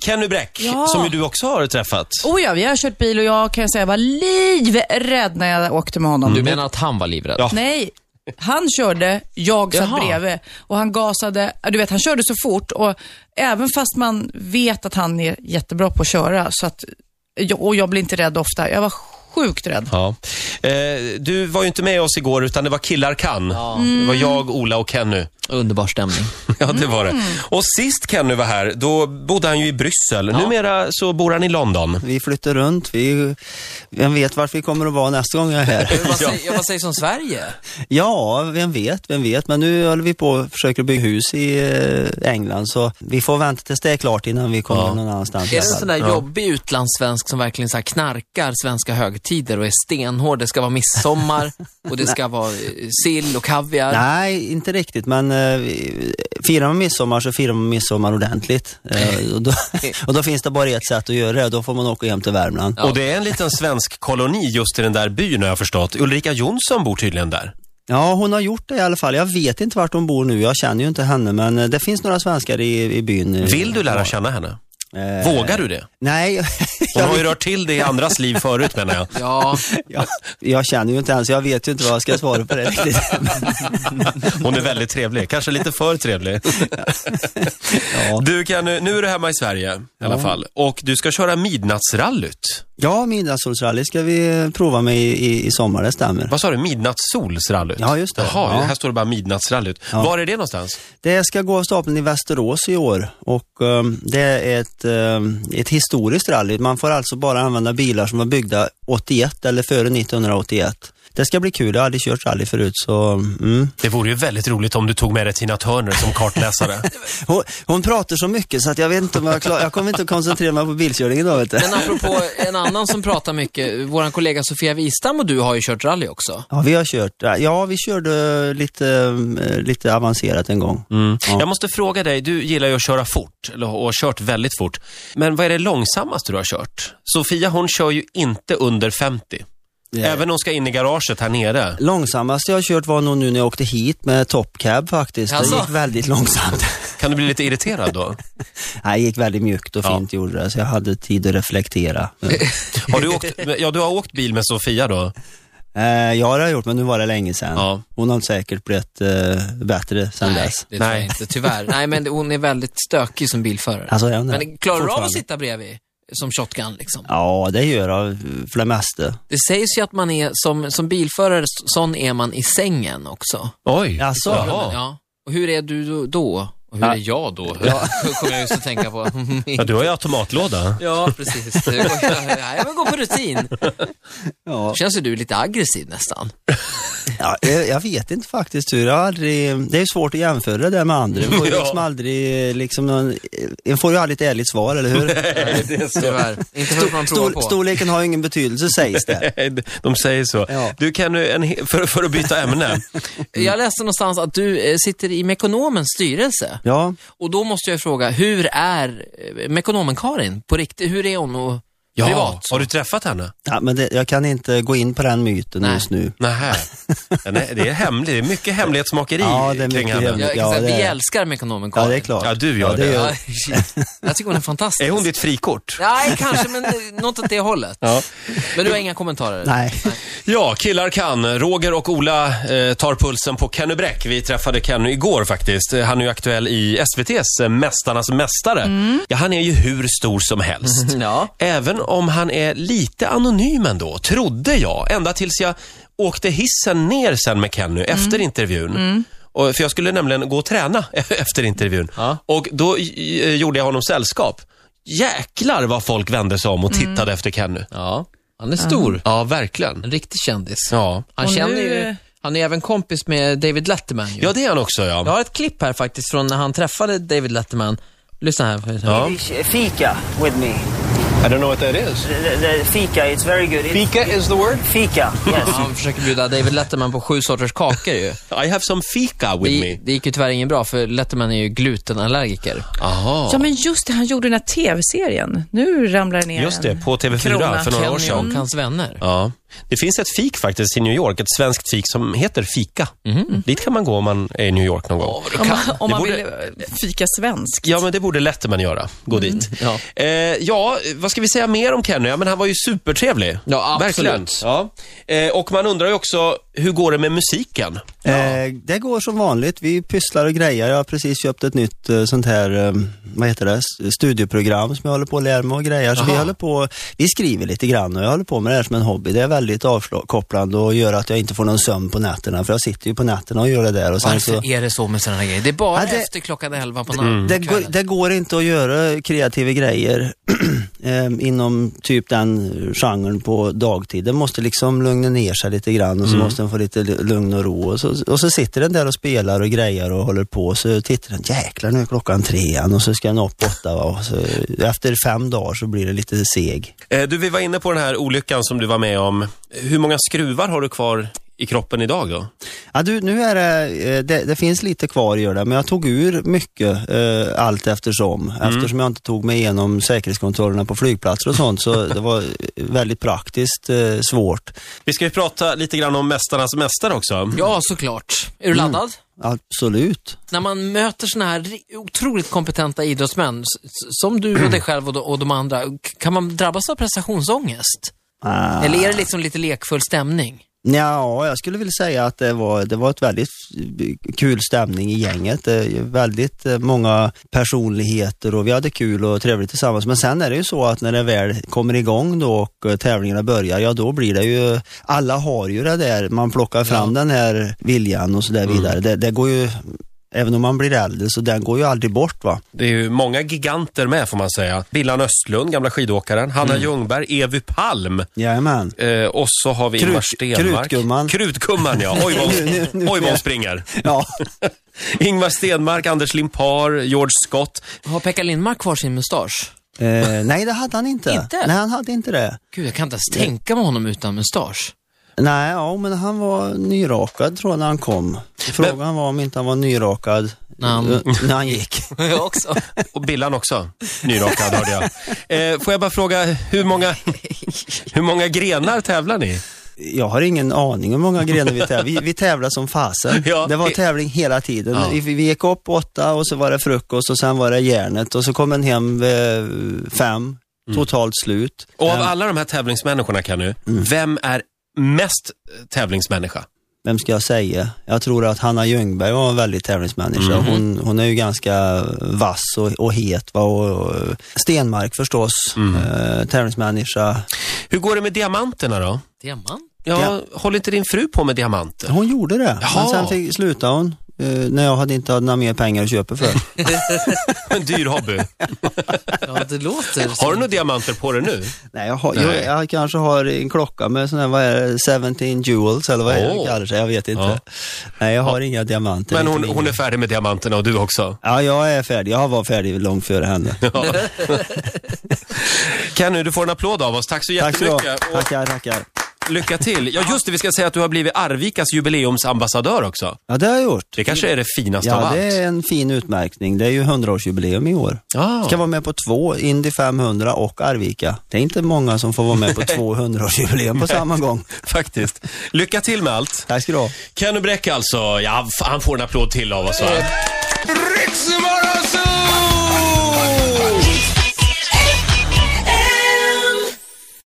Kenny Bräck, Ja. som ju du också har träffat. Oh ja, vi har kört bil och jag kan ju säga jag var livrädd när jag åkte med honom. Mm. Du menar att han var livrädd? Ja. Nej, han körde, jag satt Jaha. bredvid och han gasade. Du vet, han körde så fort och även fast man vet att han är jättebra på att köra så att, och jag blir inte rädd ofta. Jag var sjukt rädd. Ja. Eh, du var ju inte med oss igår, utan det var Killar kan. Det var jag, Ola och Kenny. Underbar stämning. Ja, det var det. Mm. Och sist Kenny var här, då bodde han ju i Bryssel. Numera så bor han i London. Vi flyttar runt. Vi, vem vet vart vi kommer att vara nästa gång jag är här? Vad säger, vad sägs om Sverige? Ja, vem vet, vem vet. Men nu håller vi på och försöker bygga hus i eh, England så vi får vänta tills det är klart innan vi kommer någon annanstans. Är det en sån där jobbig utlandssvensk som verkligen så här knarkar svenska högtider och är stenhård? Det ska vara midsommar och det ska vara eh, sill och kaviar. Nej, inte riktigt, men eh, vi- firar man midsommar så firar man midsommar ordentligt. Eh, och, då, och då finns det bara ett sätt att göra det, då får man åka hem till Värmland. Ja. Och det är en liten svensk koloni just i den där byn har jag förstått. Ulrika Jonsson bor tydligen där. Ja, hon har gjort det i alla fall. Jag vet inte vart hon bor nu, jag känner ju inte henne, men eh, det finns några svenskar i, i byn. eh, Vill du lära känna henne? eh, Vågar du det? Nej, Hon har ju rört till det i andras liv förut menar jag. Ja, jag, jag känner ju inte ens, jag vet ju inte vad jag ska svara på det riktigt. Hon är väldigt trevlig, kanske lite för trevlig. Ja. Du kan, nu är du hemma i Sverige i alla fall och du ska köra midnattsrallyt. Ja, midnattssolsrally ska vi prova med i, i, i sommar, det stämmer. Vad sa du? Midnattssolsrallyt? Ja, just det. Jaha, Ja. här står det bara midnattsrallyt. Var är det någonstans? Det ska gå av stapeln i Västerås i år och ehm, det är ett, ehm, ett historiskt rally. Man får alltså bara använda bilar som var byggda 81 eller före 1981. Det ska bli kul, jag har aldrig kört rally förut så mm. Det vore ju väldigt roligt om du tog med dig Tina Turner som kartläsare. hon, hon pratar så mycket så att jag vet inte om jag klarar, jag kommer inte att koncentrera mig på bilkörningen då vet du. men apropå en annan som pratar mycket, vår kollega Sofia Wistam och du har ju kört rally också. Ja, vi har kört, ja vi körde lite, ehm, lite avancerat en gång. Ja. Jag måste fråga dig, du gillar ju att köra fort eller, och har kört väldigt fort. Men vad är det långsammaste du har kört? Sofia hon kör ju inte under 50. Även om hon ska in i garaget här nere. Långsammaste jag har kört var nog nu när jag åkte hit med Top Cab faktiskt. Alltså? Det gick väldigt långsamt. Kan du bli lite irriterad då? Nej, det gick väldigt mjukt och Ja. fint gjorde det, så jag hade tid att reflektera. Men, Har du åkt, ja, du har åkt bil med Sofia då? eh, jag har gjort, men nu var det länge sedan. Ja. Hon har säkert blivit eh, bättre sedan dess. det tror jag Nej. inte, tyvärr. Nej, men hon är väldigt stökig som bilförare. Alltså, är hon det? men klarar du av att Fortfarande. sitta bredvid? Som shotgun liksom. Ja, det gör jag för det mesta. Det sägs ju att man är, som, som bilförare, s- sån är man i sängen också. Oj. Alltså, Jaha. Ja. Och hur är du då? Och hur är jag då? kommer jag just att tänka på. Ja, du har ju automatlåda. ja, precis. Det går- Nej, men gå på rutin. Ja. Känns ju du lite aggressiv nästan. Ja, eh, jag vet inte faktiskt hur, jag har aldrig, det är ju svårt att jämföra det där med andra. Man får ju Ja. liksom aldrig, eh, liksom, någon, en får ju aldrig ett ärligt svar, eller hur? Tyvärr. Inte för att man provar Stor, på. storleken har ju ingen betydelse sägs det. De säger så. Ja. Du kan ju, en, he- för, för att byta ämne. Jag läste någonstans att du eh, sitter i Mekonomens styrelse. Ja. Och då måste jag fråga, hur är eh, Mekonomen-Karin på riktigt? Hur är hon och privat? har du träffat henne? Ja, men det, jag kan inte gå in på den myten Nej. just nu. Nähä. Den är, det är hemligt. Det är mycket hemlighetsmakeri Ja, det kring är mycket henne. hemligt. Jag, kan Ja, säga, det vi är- älskar Mekonomen-Karin. Ja, det är klart. Ja, du gör ja, det. det. Ja, shit. jag tycker hon är fantastisk. Är hon ditt frikort? Nej, kanske, men eh, något åt det hållet. Ja. Men du har inga kommentarer? Nej. Ja, killar kan. Roger och Ola eh, tar pulsen på Kenny Bräck. Vi träffade Kenny igår faktiskt. Eh, Han är ju aktuell i SVTs eh, Mästarnas Mästare. Ja, han är ju hur stor som helst. Mm. Ja. Även om han är lite anonym ändå, trodde jag. Ända tills jag åkte hissen ner sen med Kenny Mm. efter intervjun. Och, för jag skulle nämligen gå och träna efter intervjun. Ja. Och då eh, gjorde jag honom sällskap. Jäklar vad folk vände sig om och Mm. tittade efter Kenny. Ja, han är stor. Ja, verkligen. En riktig kändis. Ja. Han Och känner nu- ju, han är även kompis med David Letterman ju. Ja, det är han också ja. Jag har ett klipp här faktiskt från när han träffade David Letterman. Lyssna här. Ja. Fika with me. I don't know what that is. The, the- the fika, it's very good. It's Fika is the word? fika, Ja, yes. han försöker bjuda David Letterman på sju sorters kakor ju. I have some fika with Det, me. det gick ju tyvärr ingen bra för Letterman är ju glutenallergiker. Aha. Ja, men just det, han gjorde den här tv-serien. Nu ramlar det ner Just det, en på TV4 krona. för några år Kenny sedan. och hans vänner. Ja. Det finns ett fik faktiskt i New York, ett svenskt fik som heter Fika. Mm. Dit kan man gå om man är i New York någon gång. Om man, om Det man borde- vill eh, fika svensk. Ja, men det borde Letterman göra. Gå dit. ja. Eh, ja, vad ska vi säga mer om Kenny? Ja, men han var ju supertrevlig. Ja, absolut. Verkligen. Ja. Eh, och man undrar ju också, hur går det med musiken? Eh, det går som vanligt. Vi pysslar och grejer. Jag har precis köpt ett nytt eh, sånt här, eh, vad heter det, S- studieprogram som jag håller på att lära mig och grejer. Så vi håller på, vi skriver lite grann och jag håller på med det här som en hobby. Det är väldigt avkopplande och gör att jag inte får någon sömn på nätterna. För jag sitter ju på nätterna och gör det där. Och sen Varför så, är det så med sådana här grejer? Det är bara Ja, det- Mm. efter klockan 11 på natten. det, går, det går inte att göra kreativa grejer eh, inom typ den genren på dagtid. Den måste liksom lugna ner sig lite grann och så måste den få lite lu- lugn och ro. Och så, och så sitter den där och spelar och grejer och håller på och så tittar den, jäklar nu är klockan trean och så ska den upp åtta va? och så, Efter fem dagar så blir det lite seg. Eh, du, vi var inne på den här olyckan som du var med om. Hur många skruvar har du kvar i kroppen idag då? Ja, du, nu är det, eh, det, det finns lite kvar gör det, men jag tog ur mycket eh, allt eftersom. Eftersom jag inte tog mig igenom säkerhetskontrollerna på flygplatser och sånt så det var eh, väldigt praktiskt eh, svårt. Vi ska ju prata lite grann om Mästarnas mästare också. Ja, såklart. Är du Mm. laddad? Absolut. När man möter såna här ri- otroligt kompetenta idrottsmän, s- s- som du och dig själv och de, och de andra, k- kan man drabbas av prestationsångest? Ah. Eller är det liksom lite lekfull stämning? Ja, jag skulle vilja säga att det var, det var ett väldigt kul stämning i gänget. Det är väldigt eh, många personligheter och vi hade kul och trevligt tillsammans. Men sen är det ju så att när det väl kommer igång då och eh, tävlingarna börjar, ja då blir det ju, alla har ju det där, man plockar fram den här viljan och så där vidare. Det, det går ju, även om man blir äldre, så den går ju aldrig bort va. Det är ju många giganter med får man säga. Billan Östlund, gamla skidåkaren. Hanna Mm. Ljungberg, Evy Palm. Jajamän. Eh, och så har vi Krut- Ingvar Stenmark. Krutgumman. Krutgumman, ja. Oj, vad Nu- nu- hon- nu- oj, vad hon springer. Ja, Ingvar Stenmark, Anders Limpar, George Scott. Har Pekka Lindmark kvar sin mustasch? eh, nej det hade han inte. Inte? Nej, han hade inte det. Gud, jag kan inte ens tänka mig honom utan mustasch. Nej, ja, men han var nyrakad tror jag när han kom. Frågan var om inte han var nyrakad När han- eh, när han gick. jag också. Och Billan också. Nyrakad hörde jag. Eh, får jag bara fråga, hur många, hur många grenar tävlar ni? Jag har ingen aning hur många grenar vi tävlar. Vi, vi tävlar som fasen. Ja. det var tävling hela tiden. Ja. Vi, vi gick upp åtta och så var det frukost och sen var det järnet och så kom en hem eh, fem, totalt slut. Mm. Och av alla de här tävlingsmänniskorna, kan nu, Mm. vem är mest tävlingsmänniska? Vem ska jag säga? Jag tror att Hanna Ljungberg var en väldigt tävlingsmänniska. Mhm. Hon, hon är ju ganska vass och, och het. Va? Och, och Stenmark förstås, Mm. eh, tävlingsmänniska. Hur går det med diamanterna då? Diamant? Ja, Ja. håller inte din fru på med diamanter? Hon gjorde det, Jaha. men sen fick, slutade hon eh, när jag hade inte hade några mer pengar att köpa för. En dyr hobby. Ja, det låter Har du som... några diamanter på dig nu? Nej, jag, har, Nej. Jag, jag kanske har en klocka med sån här, vad är det, 17 jewels eller vad är det Åh. det kallar sig, jag vet inte. Ja. Nej, jag har inga diamanter. Men inte hon, mina. hon är färdig med diamanterna och du också. Ja, jag är färdig. Jag var färdig långt före henne. Kenny, du får en applåd av oss. Tack så Tack så du ha. jättemycket. Och- Tackar, tackar. Lycka till. Ja, just det. Vi ska säga att du har blivit Arvikas jubileumsambassadör också. Ja, det har jag gjort. Det kanske är det finaste av Ja, allt. det är en fin utmärkning. Det är ju 100-årsjubileum i år. Ja. Ska vara med på två, Indy 500 och Arvika. Det är inte många som får vara med på två 100-årsjubileum på samma gång. Faktiskt. Lycka till med allt. Tack ska du ha. Kenny Bräck alltså. Ja, f- han får en applåd till av oss va? Ritzmorgonzoo!